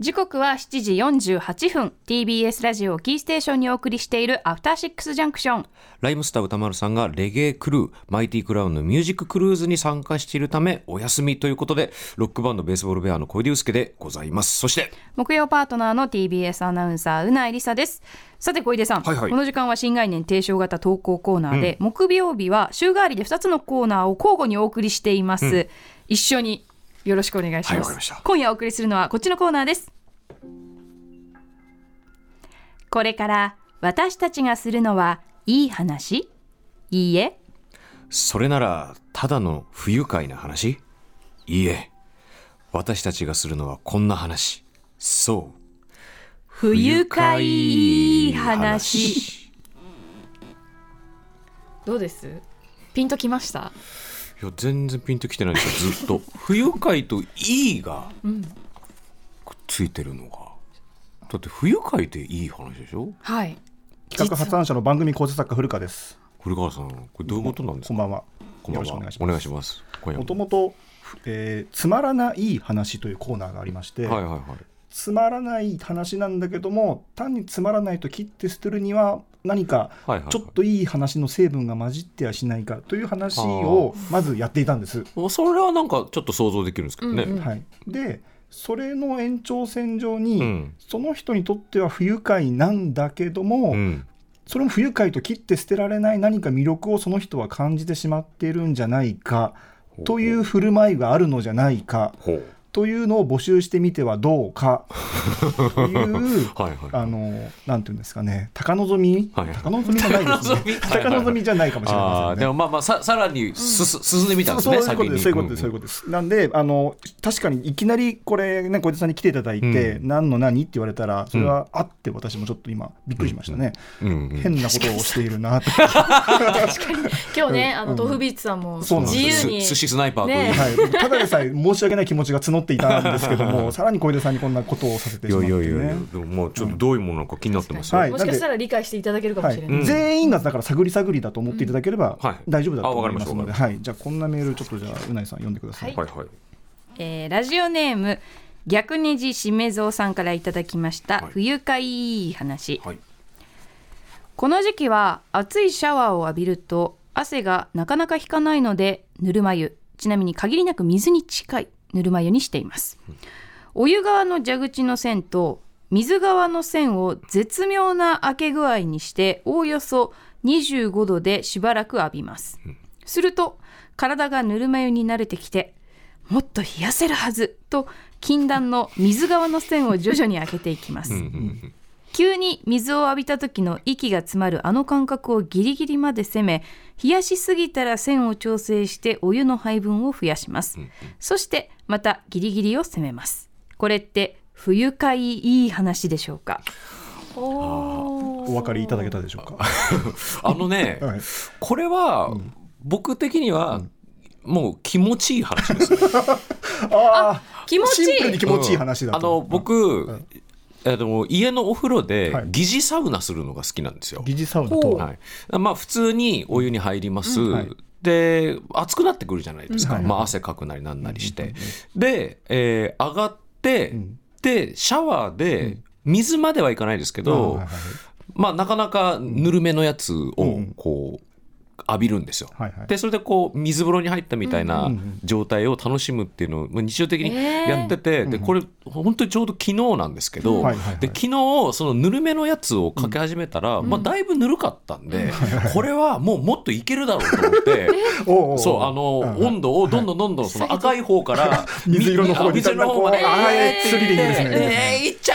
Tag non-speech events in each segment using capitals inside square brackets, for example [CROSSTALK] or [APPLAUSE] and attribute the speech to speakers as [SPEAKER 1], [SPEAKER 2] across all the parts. [SPEAKER 1] 時刻は7時48分 TBS ラジオをキーステーションにお送りしているアフターシックスジャンクション
[SPEAKER 2] ライムスター歌丸さんがレゲエクルー、マイティクラウンのミュージッククルーズに参加しているため、お休みということで、ロックバンドベースボールベアの小出祐介でございます。そして、
[SPEAKER 1] 木曜パートナーの TBS アナウンサーうないりさですさて小出さん、
[SPEAKER 2] はいはい
[SPEAKER 1] この時間は新概念提唱型投稿コーナーで、木曜日は週替わりで2つのコーナーを交互にお送りしています、一緒によろしくお願いします、
[SPEAKER 2] はいわかりました
[SPEAKER 1] 今夜お送りするのはこっちのコーナーですこれから私たちがするのはいい話いいえ
[SPEAKER 2] それなら、ただの不愉快な話いいえ。私たちがするのはこんな話。そう。
[SPEAKER 1] 不愉快いい話。どうですピンときました
[SPEAKER 2] いや、全然ピンときてないですよ、ずっと。 [LAUGHS] 不愉快といいが、くっついてるのが。だって、不愉快っていい話でしょ
[SPEAKER 1] はい
[SPEAKER 3] 企画発案者の番組構成作家古川です。
[SPEAKER 2] 古川さん、これどういうことなんです
[SPEAKER 3] こ
[SPEAKER 2] か
[SPEAKER 3] んばんは。
[SPEAKER 2] こんばんは。
[SPEAKER 3] よろしく
[SPEAKER 2] お
[SPEAKER 3] お
[SPEAKER 2] 願
[SPEAKER 3] 願
[SPEAKER 2] い
[SPEAKER 3] い
[SPEAKER 2] し
[SPEAKER 3] し
[SPEAKER 2] ま。
[SPEAKER 3] ます
[SPEAKER 2] 今夜
[SPEAKER 3] も
[SPEAKER 2] も
[SPEAKER 3] ともと、えーつまらない話というコーナーがありまして、
[SPEAKER 2] はいはいはい。
[SPEAKER 3] つまらない話なんだけども単につまらないと切って捨てるには何か
[SPEAKER 2] はいはいはい
[SPEAKER 3] ちょっといい話の成分が混じってはしないかという話をまずやっていたんです。
[SPEAKER 2] もうそれはなんかちょっと想像できるんですけどね。
[SPEAKER 1] うんうん
[SPEAKER 3] はい、でそれの延長線上に、
[SPEAKER 2] うん
[SPEAKER 3] その人にとっては不愉快なんだけども、
[SPEAKER 2] うん
[SPEAKER 3] それも不愉快と切って捨てられない何か魅力をその人は感じてしまっているんじゃないか
[SPEAKER 2] ほう
[SPEAKER 3] という振る舞いがあるのじゃないか
[SPEAKER 2] ほう。
[SPEAKER 3] というのを募集してみてはどうかという。
[SPEAKER 2] [LAUGHS] はいはい。
[SPEAKER 3] あのなんていうんですかね、高望み、
[SPEAKER 2] はい。
[SPEAKER 3] 高望みじゃないですね
[SPEAKER 2] 高望み
[SPEAKER 3] 高望みじゃないかもしれ
[SPEAKER 2] あ
[SPEAKER 3] ま
[SPEAKER 2] あ、
[SPEAKER 3] せ
[SPEAKER 2] で
[SPEAKER 3] ん
[SPEAKER 2] も
[SPEAKER 3] ね。
[SPEAKER 2] まあまあ、ささらにすす進んでみたん
[SPEAKER 3] そ
[SPEAKER 2] で
[SPEAKER 3] う
[SPEAKER 2] す
[SPEAKER 3] そう
[SPEAKER 2] ね、
[SPEAKER 3] いうことです、そういうことです、そういう
[SPEAKER 2] こ
[SPEAKER 3] ことです。なんで、あの確かにいきなりこれね、小出さんに来ていただいて、
[SPEAKER 2] う
[SPEAKER 3] 何の何って言われたら、それはあって、私もちょっと今びっくりしましたね。
[SPEAKER 2] と。うんうん
[SPEAKER 3] 変なことをしているなと。
[SPEAKER 4] 今日ね、あの、豆腐ビーツさんも自
[SPEAKER 3] そうなんです
[SPEAKER 4] 由
[SPEAKER 2] す
[SPEAKER 4] に。
[SPEAKER 2] 寿司スナイパーという
[SPEAKER 4] ね。
[SPEAKER 3] はい、僕ただでさえ申し訳ない気持ちが募っていたんですけど
[SPEAKER 2] [LAUGHS]
[SPEAKER 3] も、さらに小出さんにこんなことをさせてしまってね。
[SPEAKER 2] でももうちょっとどういうものなのか気になってますよ。
[SPEAKER 3] は
[SPEAKER 2] はい
[SPEAKER 3] い
[SPEAKER 4] もしかしたら理解していただけるかも
[SPEAKER 3] は
[SPEAKER 4] し
[SPEAKER 3] い
[SPEAKER 4] れない。
[SPEAKER 3] 全員がだから探り探りだと思っていただければ
[SPEAKER 2] はい
[SPEAKER 3] 大丈夫だと思いますので、
[SPEAKER 2] あわかりまし
[SPEAKER 3] はい、じゃあこんなメールちょっとじゃあうないさん読んでください。
[SPEAKER 2] はい。
[SPEAKER 1] えーラジオネーム逆ネジしめぞうさんからいただきました、
[SPEAKER 2] はい
[SPEAKER 1] 不愉快いい話、
[SPEAKER 2] はい。
[SPEAKER 1] この時期は熱いシャワーを浴びると汗がなかなか引かないのでぬるま湯ちなみに限りなく水に近いぬるま湯にしています、お湯側の蛇口の線と水側の線を絶妙な開け具合にしておおよそ25度でしばらく浴びます、すると体がぬるま湯に慣れてきてもっと冷やせるはずと禁断の水側の線を徐々に開けていきます、
[SPEAKER 2] うんうん
[SPEAKER 1] 急に水を浴びた時の息が詰まるあの感覚をギリギリまで攻め冷やしすぎたら線を調整してお湯の配分を増やします、そしてまたギリギリを攻めますこれって不愉快いい話でしょうか
[SPEAKER 4] おー
[SPEAKER 3] お分かりいただけたでしょうか。
[SPEAKER 2] あのね、
[SPEAKER 3] はい、
[SPEAKER 2] これは僕的にはもう気持ちいい話ですよ。
[SPEAKER 3] ああ、
[SPEAKER 4] 気持ち
[SPEAKER 3] シンプル
[SPEAKER 4] い
[SPEAKER 3] に
[SPEAKER 4] い。
[SPEAKER 3] 気持ちいい話だ
[SPEAKER 2] あの
[SPEAKER 3] と。
[SPEAKER 2] 僕、えでも家のお風呂で
[SPEAKER 3] はい
[SPEAKER 2] 疑似サウナするのが好きなんですよ。
[SPEAKER 3] 疑似サウナとは。
[SPEAKER 2] はい、まあ普通にお湯に入ります、
[SPEAKER 3] はい
[SPEAKER 2] で熱くなってくるじゃないですか、
[SPEAKER 3] うん
[SPEAKER 2] まあ、汗かくなりなんなりして、で、えー上がって、
[SPEAKER 3] ん
[SPEAKER 2] でシャワーで水まではいかないですけど、
[SPEAKER 3] はいはい
[SPEAKER 2] まあ、なかなかぬるめのやつをこう浴びるんですよ。
[SPEAKER 3] はいはい
[SPEAKER 2] でそれでこう水風呂に入ったみたいな
[SPEAKER 3] うんうん
[SPEAKER 2] 状態を楽しむっていうのをまあ日常的に
[SPEAKER 4] えー
[SPEAKER 2] やってて、でこれ本当にちょうど昨日なんですけど、
[SPEAKER 3] はいはいはい
[SPEAKER 2] で昨日そのぬるめのやつをかけ始めたら、まあ、だいぶぬるかったんで、これはもうもっといけるだろうと思って。
[SPEAKER 3] おうおうおう
[SPEAKER 2] そうあの、
[SPEAKER 3] うん
[SPEAKER 2] 温度をどんどんどんどんその赤い方から
[SPEAKER 3] [LAUGHS] 水色の方に
[SPEAKER 2] 水色の方まで
[SPEAKER 3] だんだんこ
[SPEAKER 2] え
[SPEAKER 3] う
[SPEAKER 2] ー
[SPEAKER 3] あースリリングですね
[SPEAKER 2] えーいっちゃ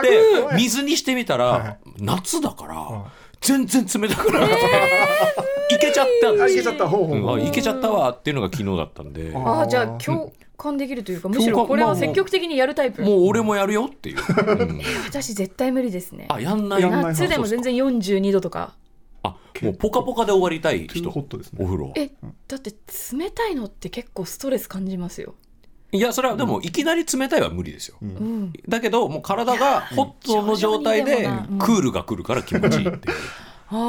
[SPEAKER 2] え って言っ
[SPEAKER 3] う
[SPEAKER 2] て
[SPEAKER 3] ん
[SPEAKER 2] 水にしてみたら、
[SPEAKER 3] はい
[SPEAKER 2] 夏だから、
[SPEAKER 3] ん
[SPEAKER 2] 全然冷たくなかった、 [LAUGHS] いけちゃったん
[SPEAKER 3] あ
[SPEAKER 2] で
[SPEAKER 3] い
[SPEAKER 2] す
[SPEAKER 3] け
[SPEAKER 2] よ
[SPEAKER 3] ちゃった方法。
[SPEAKER 2] うん
[SPEAKER 3] ほう
[SPEAKER 2] あいけちゃったわっていうのが昨日だったんでも
[SPEAKER 3] あ
[SPEAKER 4] あー、じゃあ共感できるというか、むし
[SPEAKER 2] 共
[SPEAKER 4] ろ
[SPEAKER 2] 感
[SPEAKER 4] これは積極的にやるタイプ。
[SPEAKER 2] う俺もやるよっていう、うん
[SPEAKER 4] 私絶対無理ですね。
[SPEAKER 2] あやんない
[SPEAKER 3] やんない
[SPEAKER 4] 夏でも全然42度とか。
[SPEAKER 2] あもうポカポカで終わりたい
[SPEAKER 3] トゥー
[SPEAKER 2] 人
[SPEAKER 3] ホットですね
[SPEAKER 2] お風呂は
[SPEAKER 4] え、だって冷たいのって結構ストレス感じますよ。
[SPEAKER 2] いやそれはでもいきなり冷たいは無理ですよ、
[SPEAKER 4] うん。
[SPEAKER 2] だけどもう体がホットの状態
[SPEAKER 4] い
[SPEAKER 2] で
[SPEAKER 4] やー
[SPEAKER 2] クールが来るから気持ちいいっていう
[SPEAKER 1] あ
[SPEAKER 3] まあ、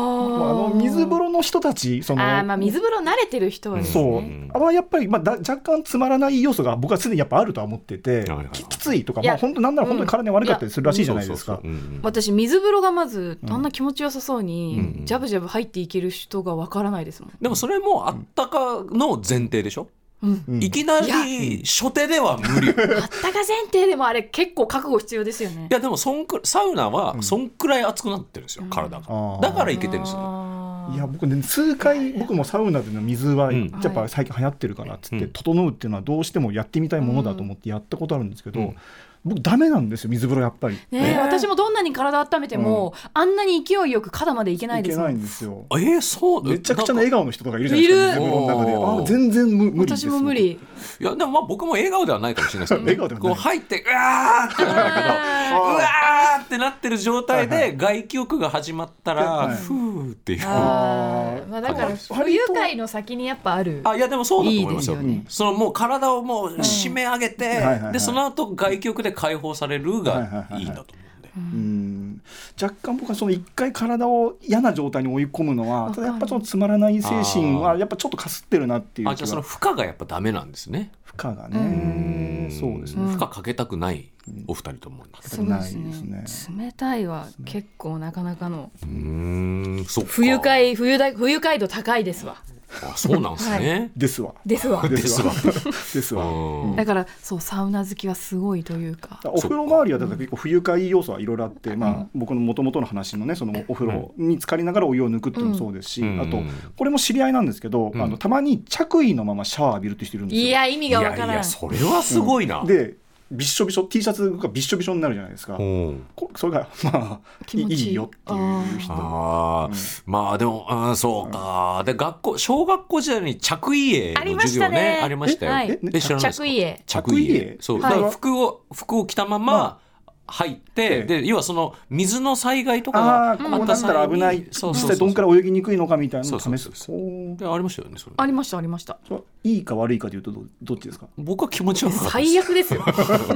[SPEAKER 3] あの水風呂の人たちその
[SPEAKER 1] あーまあ水風呂慣れてる人はですね
[SPEAKER 3] そう、
[SPEAKER 2] うん
[SPEAKER 3] あれはやっぱり、まあ、だ若干つまらない要素が僕は常にやっぱあるとは思ってて、
[SPEAKER 2] はいはい
[SPEAKER 3] ききついとか、
[SPEAKER 1] いや
[SPEAKER 3] まあ、本当なんなら本当に体に悪かったりするらしいじゃないです
[SPEAKER 2] そ
[SPEAKER 3] か
[SPEAKER 2] うそうそう。うんうん
[SPEAKER 1] 私水風呂がまずあんな気持ちよさそうに
[SPEAKER 2] うん
[SPEAKER 1] ジャブジャブ入っていける人がわからないですもん、
[SPEAKER 2] でもそれもあったかの前提でしょ、
[SPEAKER 1] うん、
[SPEAKER 3] うん
[SPEAKER 2] いきない
[SPEAKER 1] や
[SPEAKER 2] り初手では無理い
[SPEAKER 1] あったか前提でもあれ結構覚悟必要ですよね
[SPEAKER 2] やでもそんくサウナは
[SPEAKER 3] うん
[SPEAKER 2] そんくらい熱くなってるんですよ、体が
[SPEAKER 3] あー
[SPEAKER 2] だからいけてるんですよ
[SPEAKER 1] あー
[SPEAKER 3] いや僕ね数回僕もサウナでの水は
[SPEAKER 2] うん
[SPEAKER 3] やっぱ最近流行ってるからっつって
[SPEAKER 2] うん
[SPEAKER 3] 整うっていうのはどうしてもやってみたいものだと思ってやったことあるんですけど、
[SPEAKER 2] うん
[SPEAKER 3] 僕ダメなんですよ水風呂やっぱり。
[SPEAKER 1] ねえ
[SPEAKER 2] ねえ
[SPEAKER 1] 私もどんなに体温めても、あんなに勢いよく肩までいけない
[SPEAKER 3] い
[SPEAKER 1] で
[SPEAKER 3] け
[SPEAKER 1] すも
[SPEAKER 3] ない
[SPEAKER 1] ん
[SPEAKER 3] んですよ。
[SPEAKER 2] えー、そう
[SPEAKER 3] めちゃくちゃな
[SPEAKER 2] なん
[SPEAKER 3] 笑
[SPEAKER 2] か
[SPEAKER 3] 顔の人とかいるじゃないです
[SPEAKER 1] い
[SPEAKER 3] か
[SPEAKER 1] る
[SPEAKER 3] 水風呂の中で
[SPEAKER 2] おー
[SPEAKER 3] あ全然無無理です
[SPEAKER 1] 私も無理
[SPEAKER 2] いやでもまあ僕も笑顔ではないかもしれないですけど
[SPEAKER 3] [LAUGHS] 笑顔ではない
[SPEAKER 2] こう入ってうわ
[SPEAKER 3] [LAUGHS]
[SPEAKER 2] ーってなるけどう
[SPEAKER 1] あ
[SPEAKER 2] わーってなってる状態
[SPEAKER 3] はいは
[SPEAKER 2] で外気浴が始まったら
[SPEAKER 3] はい
[SPEAKER 2] ふーっていう
[SPEAKER 1] ー
[SPEAKER 2] あ
[SPEAKER 1] あーまあだから
[SPEAKER 3] 割と
[SPEAKER 1] 不愉快の先にやっぱある
[SPEAKER 2] いやでもそうだと思いますよ
[SPEAKER 1] いいですよね
[SPEAKER 2] そのもう体をもう締め上げて、
[SPEAKER 3] はいはいはい
[SPEAKER 2] でその後外気浴で解放されるがいいんだと思うんで、
[SPEAKER 3] うん若干僕はその一回体を嫌な状態に追い込むのはただやっぱそのつまらない精神
[SPEAKER 2] あ
[SPEAKER 3] は
[SPEAKER 2] ー
[SPEAKER 3] やっぱちょっとかすってるなっていう
[SPEAKER 2] あ
[SPEAKER 3] 気
[SPEAKER 2] じゃあその
[SPEAKER 3] が
[SPEAKER 2] 負荷がやっぱダメなんですね
[SPEAKER 3] 負荷が
[SPEAKER 2] う
[SPEAKER 3] ね
[SPEAKER 2] ん
[SPEAKER 3] そうです
[SPEAKER 1] う
[SPEAKER 3] ね
[SPEAKER 1] ん
[SPEAKER 2] 負荷かけたくないお二人とも
[SPEAKER 3] そうですねないです
[SPEAKER 1] 冷たいは結構なかなかの
[SPEAKER 2] うんんそっか
[SPEAKER 1] 不愉快冬だ不愉快度高いですわ
[SPEAKER 2] あそうなんですね、
[SPEAKER 3] ですわ
[SPEAKER 1] ですわ
[SPEAKER 2] [LAUGHS] ですわ
[SPEAKER 3] [LAUGHS] で
[SPEAKER 2] [LAUGHS]
[SPEAKER 3] すわ
[SPEAKER 2] うん
[SPEAKER 1] だからそうサウナ好きはすごいというか
[SPEAKER 3] お風呂周りはだから結構不愉快要素はいろいろあって、まあ、僕の元々の話のねそのお風呂に浸かりながらお湯を抜くっていうのもそうですし、
[SPEAKER 2] うん
[SPEAKER 3] あ
[SPEAKER 2] う
[SPEAKER 3] と
[SPEAKER 2] ん
[SPEAKER 3] これも知り合いなんですけど、
[SPEAKER 2] うん
[SPEAKER 3] あのたまに着衣のままシャワー浴びるって人いるんですよ。
[SPEAKER 1] いや意味
[SPEAKER 2] い
[SPEAKER 1] が
[SPEAKER 2] や
[SPEAKER 1] わ
[SPEAKER 2] い
[SPEAKER 1] からん
[SPEAKER 2] やそれはすごいな、うん、
[SPEAKER 3] でびっしょびしょ T シャツがびっしょびしょになるじゃないですか。こそれが [LAUGHS] まあい
[SPEAKER 1] 気持ちいい
[SPEAKER 3] いいよっていう人
[SPEAKER 2] あーまあでもうんそうか、で学校小学校時代に着衣営の授業ねあ
[SPEAKER 1] あ
[SPEAKER 2] り
[SPEAKER 1] り
[SPEAKER 2] ましたよ。
[SPEAKER 1] はい
[SPEAKER 3] えね
[SPEAKER 2] え知らないで
[SPEAKER 1] 着
[SPEAKER 2] すか
[SPEAKER 1] 衣へ
[SPEAKER 2] 着衣
[SPEAKER 3] 着衣
[SPEAKER 2] 営
[SPEAKER 3] 営
[SPEAKER 2] そう、
[SPEAKER 3] はい
[SPEAKER 2] だから服を服を着たまま
[SPEAKER 3] ま
[SPEAKER 2] 入って、
[SPEAKER 3] ええ
[SPEAKER 2] で要はその水の災害とかが
[SPEAKER 3] あ
[SPEAKER 2] あ
[SPEAKER 3] あ
[SPEAKER 2] った
[SPEAKER 3] こ
[SPEAKER 2] 際に
[SPEAKER 3] うなったら危ない
[SPEAKER 2] そう
[SPEAKER 3] 実
[SPEAKER 2] そうそう
[SPEAKER 3] 際どんくらい泳ぎにくいのかみたいなのを
[SPEAKER 2] そう
[SPEAKER 3] 試
[SPEAKER 2] そ
[SPEAKER 3] す
[SPEAKER 2] うそ
[SPEAKER 3] こう
[SPEAKER 2] でありましたよねそれ
[SPEAKER 1] ありましたありました
[SPEAKER 3] それはいいか悪いかというとどどっちですか
[SPEAKER 2] 僕は気持ち悪かったです
[SPEAKER 1] 最悪ですよ
[SPEAKER 3] あー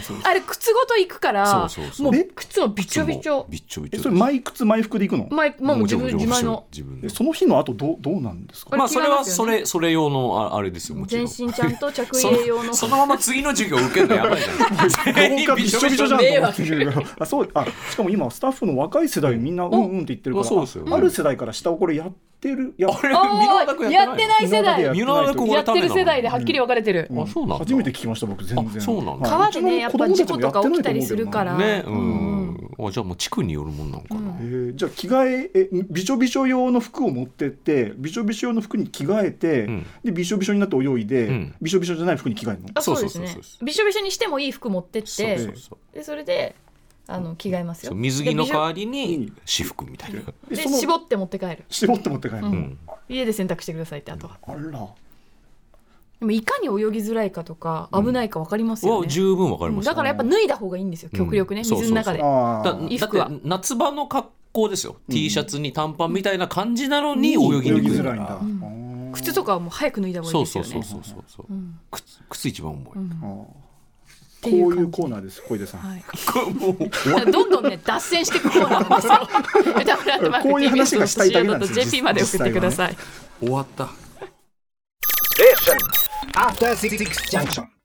[SPEAKER 3] そうです
[SPEAKER 1] あれ靴ごと行くから
[SPEAKER 2] そうそうそう
[SPEAKER 1] も
[SPEAKER 3] え
[SPEAKER 1] う靴もびちょびちょ
[SPEAKER 2] びっちょびち
[SPEAKER 3] え
[SPEAKER 2] ょ
[SPEAKER 3] それ毎靴毎服で行くの
[SPEAKER 1] 前もう自分自前の
[SPEAKER 2] 自分
[SPEAKER 3] え
[SPEAKER 2] の
[SPEAKER 3] その日の後どうどうなんですか
[SPEAKER 2] まあそれは
[SPEAKER 1] これ違います
[SPEAKER 2] そ
[SPEAKER 1] よね
[SPEAKER 2] れそれ用のああれですよもち
[SPEAKER 1] 全
[SPEAKER 2] ろん
[SPEAKER 1] 身ちゃんと着
[SPEAKER 2] そ
[SPEAKER 1] 衣営用
[SPEAKER 2] の
[SPEAKER 1] の
[SPEAKER 2] そのまま次の授業受けるのやばいじ [LAUGHS] ゃないですか
[SPEAKER 3] 廊下びっしょびしょじゃんと
[SPEAKER 1] 迷
[SPEAKER 3] 思っ
[SPEAKER 1] 惑
[SPEAKER 3] てるけどあそうあしかも今スタッフの若い世代みんなうんうんって言ってるか
[SPEAKER 2] あ
[SPEAKER 3] ら
[SPEAKER 2] そうですよね
[SPEAKER 3] ある世代から下をこれやってるや
[SPEAKER 2] あれ箕輪田
[SPEAKER 1] お
[SPEAKER 2] 君
[SPEAKER 1] ーやってない世代
[SPEAKER 3] や
[SPEAKER 1] や
[SPEAKER 3] っ
[SPEAKER 2] 箕輪田君俺
[SPEAKER 1] ってる世代ではっきり分かれてる、
[SPEAKER 2] あそうなんだ
[SPEAKER 3] 初めて聞きました僕全然
[SPEAKER 2] あそうなんだ
[SPEAKER 3] は
[SPEAKER 1] 川
[SPEAKER 3] い
[SPEAKER 1] でねやっぱ事故とか起きたりするから、
[SPEAKER 2] ねう
[SPEAKER 1] うん
[SPEAKER 2] ん、あじゃあもう地区によるもんなのかな、
[SPEAKER 3] えーじゃあ着替ええびしょびしょ用の服を持ってってびしょびしょ用の服に着替えて、
[SPEAKER 2] うん
[SPEAKER 3] でびしょびしょになって泳いで、
[SPEAKER 2] うん
[SPEAKER 3] びしょびしょじゃない服に着替えるの
[SPEAKER 1] あそうです
[SPEAKER 2] そう
[SPEAKER 1] ね
[SPEAKER 2] そうそうそ
[SPEAKER 1] びしょびしょにしてもいい服持ってって
[SPEAKER 2] そうそうそう
[SPEAKER 1] でそれであの着替えます
[SPEAKER 2] そ
[SPEAKER 1] よ
[SPEAKER 2] う水着の代わ
[SPEAKER 1] り
[SPEAKER 2] りに私服みたいな、
[SPEAKER 3] で
[SPEAKER 1] で
[SPEAKER 3] その
[SPEAKER 1] 絞って持って帰る
[SPEAKER 3] 絞って持って帰るの、
[SPEAKER 2] うん、
[SPEAKER 1] 家で洗濯してくださいってあとは
[SPEAKER 3] あら
[SPEAKER 1] でもいかに泳ぎづらいかとか危ないか分かりますよ
[SPEAKER 2] は
[SPEAKER 1] ね、
[SPEAKER 2] 十分わかり
[SPEAKER 1] うん
[SPEAKER 2] ます
[SPEAKER 1] だからやっぱ脱いだ方がいいんですよ極力ね、
[SPEAKER 2] うん
[SPEAKER 1] 水の中で
[SPEAKER 2] そ
[SPEAKER 3] あ
[SPEAKER 2] だだっ
[SPEAKER 3] ー
[SPEAKER 1] 衣服は
[SPEAKER 2] て夏場の格好ですよ、
[SPEAKER 3] ん
[SPEAKER 2] T シャツに短パンみたいな感じなのに泳ぎにくい
[SPEAKER 3] 泳ぎづらいんだ、
[SPEAKER 1] ん
[SPEAKER 3] あー
[SPEAKER 1] 靴とかはもう早く脱いだ方がいい
[SPEAKER 2] そ
[SPEAKER 1] うです
[SPEAKER 2] そう
[SPEAKER 1] よ
[SPEAKER 2] そう
[SPEAKER 1] ね
[SPEAKER 2] そうそうそう
[SPEAKER 1] うん
[SPEAKER 2] 靴靴一番重い、
[SPEAKER 1] うん
[SPEAKER 3] あー
[SPEAKER 1] て
[SPEAKER 3] こ
[SPEAKER 1] いうう感じ
[SPEAKER 3] いうコーナーです小出さん、
[SPEAKER 1] はい
[SPEAKER 2] これ [LAUGHS] もう
[SPEAKER 1] だからどんどんね脱線していくコーナーなんですよ。メタフラットマーク
[SPEAKER 3] こういう話がしたいだけなんですよ
[SPEAKER 1] TBS.CO.JP まで送ってください。
[SPEAKER 2] 終わった
[SPEAKER 5] After Six Junction.